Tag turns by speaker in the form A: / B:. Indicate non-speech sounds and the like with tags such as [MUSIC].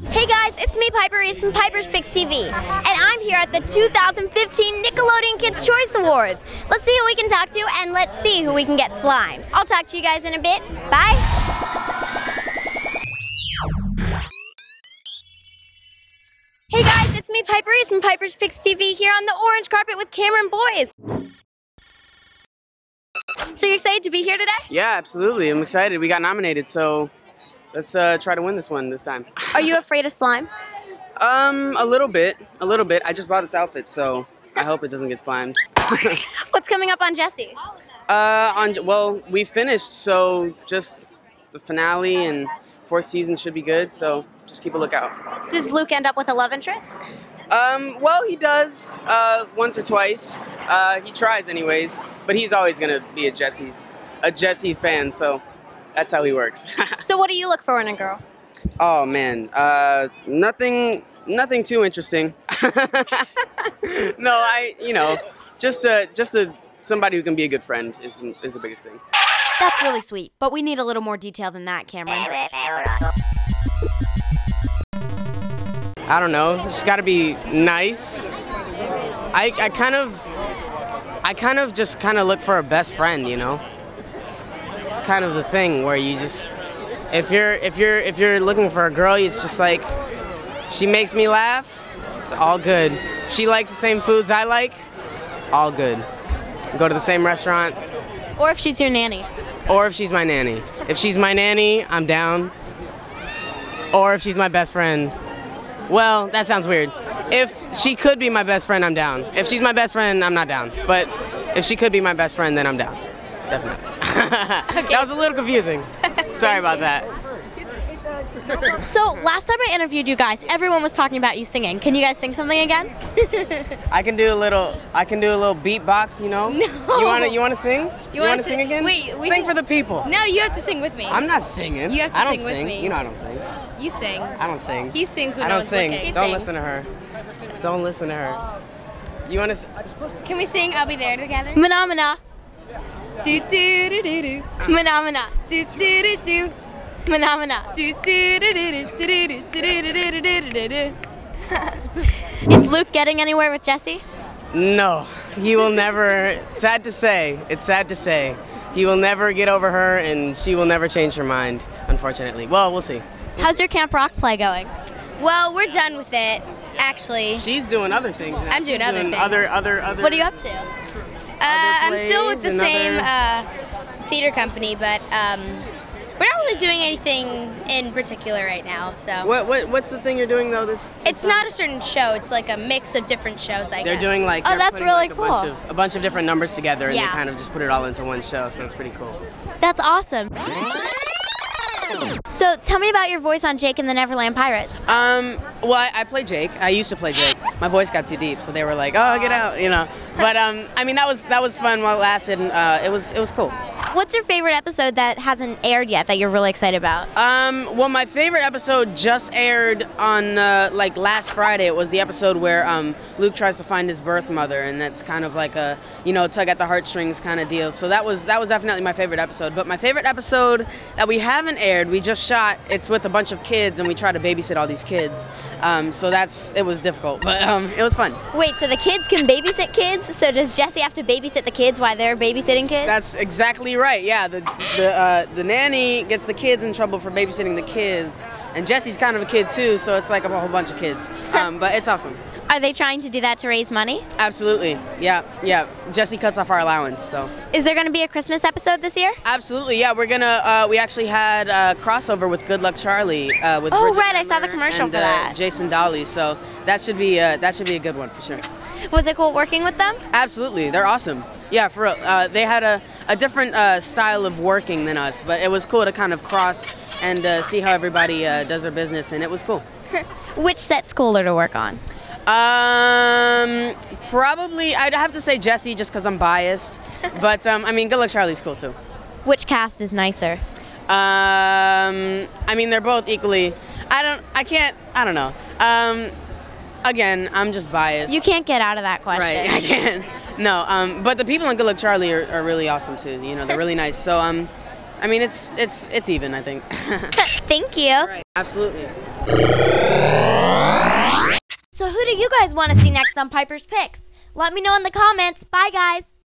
A: guys, it's me, Piper Reese from Piper's Picks TV, and I'm here at the 2015 Nickelodeon Kids' Choice Awards. Let's see who we can talk to, and let's see who we can get slimed. I'll talk to you guys in a bit. Bye. Hey guys, it's me, Piper Reese from Piper's Picks TV, here on the orange carpet with Cameron Boys. So you're excited to be here today?
B: Yeah, absolutely. I'm excited. We got nominated, so let's uh, try to win this one this time.
A: Are you afraid of slime?
B: Um, a little bit, a little bit. I just bought this outfit, so I hope it doesn't get slimed.
A: What's coming up on Jesse?
B: Uh, on well, we finished, so just the finale and fourth season should be good. So just keep a lookout.
A: Does Luke end up with a love interest?
B: Um, well, he does uh, once or twice. Uh, he tries, anyways, but he's always gonna be a Jesse's a Jesse fan. So that's how he works. [LAUGHS]
A: So what do you look for in a girl?
B: Oh man, uh, nothing, nothing too interesting. [LAUGHS] no, I, you know, just a, just a somebody who can be a good friend is is the biggest thing.
C: That's really sweet, but we need a little more detail than that, Cameron.
B: I don't know. It's got to be nice. I, I kind of, I kind of just kind of look for a best friend, you know. It's kind of the thing where you just, if you're if you're if you're looking for a girl, it's just like, she makes me laugh. It's all good. If she likes the same foods I like. All good. Go to the same restaurants.
A: Or if she's your nanny?
B: Or if she's my nanny. If she's my nanny, I'm down. Or if she's my best friend. Well, that sounds weird. If she could be my best friend, I'm down. If she's my best friend, I'm not down. But if she could be my best friend, then I'm down. Definitely. [LAUGHS] That was a little
D: [LAUGHS]
B: confusing. Sorry about that.
C: So, last time I interviewed you guys, everyone was talking about you singing. Can you guys sing something again?
B: I can do a little. I can do a little beatbox. You know.
D: No.
B: You wanna? You wanna sing? You
D: wanna
B: wanna
D: si-
B: sing again?
D: wait, we
B: sing
D: can-
B: for the people.
D: No, you have to sing with me.
B: I'm not singing.
D: You have to
B: I don't
D: sing with me.
B: You know I don't sing.
D: you sing.
B: I don't sing.
D: He sings when
B: I don't
D: no one's
B: sing.
D: looking.
B: Don't
D: He
B: listen to her. Don't listen to her.
A: Oh.
B: You want to?
D: Can we sing I'll Be There Together?
A: Phenomena.
D: Do do do do do.
A: Phenomena.
D: Do do do do.
A: Phenomena.
D: Do do do do do do do do do do do do do.
A: Is Luke getting anywhere with Jesse?
B: No, he will never. sad to say, it's sad to say, he will never get over her, and she will never change her mind. Unfortunately, well, we'll see.
A: How's your Camp Rock play going?
D: Well, we're done with it, actually.
B: She's doing other things. Now.
D: I'm doing
B: She's
D: other
B: doing
D: things.
B: Other, other, other.
A: What are you up to?
D: Uh, I'm still with the
B: plays,
D: same
B: another-
D: uh, theater company, but um, we're not really doing anything in particular right now. So
B: What, what, what's the thing you're doing though? This.
D: it's not a certain show. It's like a mix of different shows. I
B: They're
D: guess.
B: doing like.
A: Oh,
B: they're
A: that's
B: putting,
A: really
B: like, A bunch,
A: cool.
B: of, a bunch of different numbers together, and
D: Yeah.
B: they kind of just put it all into one show. So it's pretty cool.
A: That's awesome. So tell me about your voice on Jake and the Neverland Pirates.
B: Um, well, I, I play Jake. I used to play Jake. My voice got too deep, so they were like, "Oh, get out," you know. But um, I mean, that was that was fun while it lasted. And, uh, it was it was cool.
A: What's your favorite episode that hasn't aired yet that you're really excited about?
B: Um, well, my favorite episode just aired on uh, like last Friday. It was the episode where um, Luke tries to find his birth mother, and that's kind of like a you know tug at the heartstrings kind of deal. So that was that was definitely my favorite episode. But my favorite episode that we haven't aired, we just shot. It's with a bunch of kids, and we try to babysit all these kids. Um, so that's it was difficult, but um, it was fun.
A: Wait, so the kids can babysit kids? So does Jesse have to babysit the kids while they're babysitting kids?
B: That's exactly right. Yeah, the the uh, the nanny gets the kids in trouble for babysitting the kids, and Jesse's kind of a kid too, so it's like a whole bunch of kids. Um, but it's awesome.
A: Are they trying to do that to raise money?
B: Absolutely. Yeah, yeah. Jesse cuts off our allowance, so.
A: Is there going to be a Christmas episode this year?
B: Absolutely, yeah. We're gonna. Uh, we actually had a crossover with Good Luck Charlie. Uh, with
A: Oh,
B: Bridget
A: right, I saw the
B: Mendler
A: commercial
B: and,
A: for
B: uh,
A: that.
B: Jason Dolly. So that should be uh, that should be a good one for sure.
A: Was it cool working with them?
B: Absolutely, they're awesome. Yeah, for real. Uh, they had a, a different uh, style of working than us, but it was cool to kind of cross and uh, see how everybody uh, does their business, and it was cool.
A: Which set's cooler to work on?
B: Um, probably I'd have to say Jesse just because I'm biased, but um, I mean, Good Luck Charlie's cool too.
A: Which cast is nicer?
B: Um, I mean, they're both equally. I don't. I can't. I don't know. Um, again, I'm just biased.
A: You can't get out of that
B: Right.
A: question. [LAUGHS]
B: I can't. [LAUGHS] No. Um, but the people in Good Luck Charlie are, are really awesome too. You know, they're really nice. So um, I mean, [LAUGHS] it's it's it's even. I think.
A: Thank you.
B: Absolutely.
A: do you guys want to see next on Piper's Picks? Let me know in the comments. Bye, guys.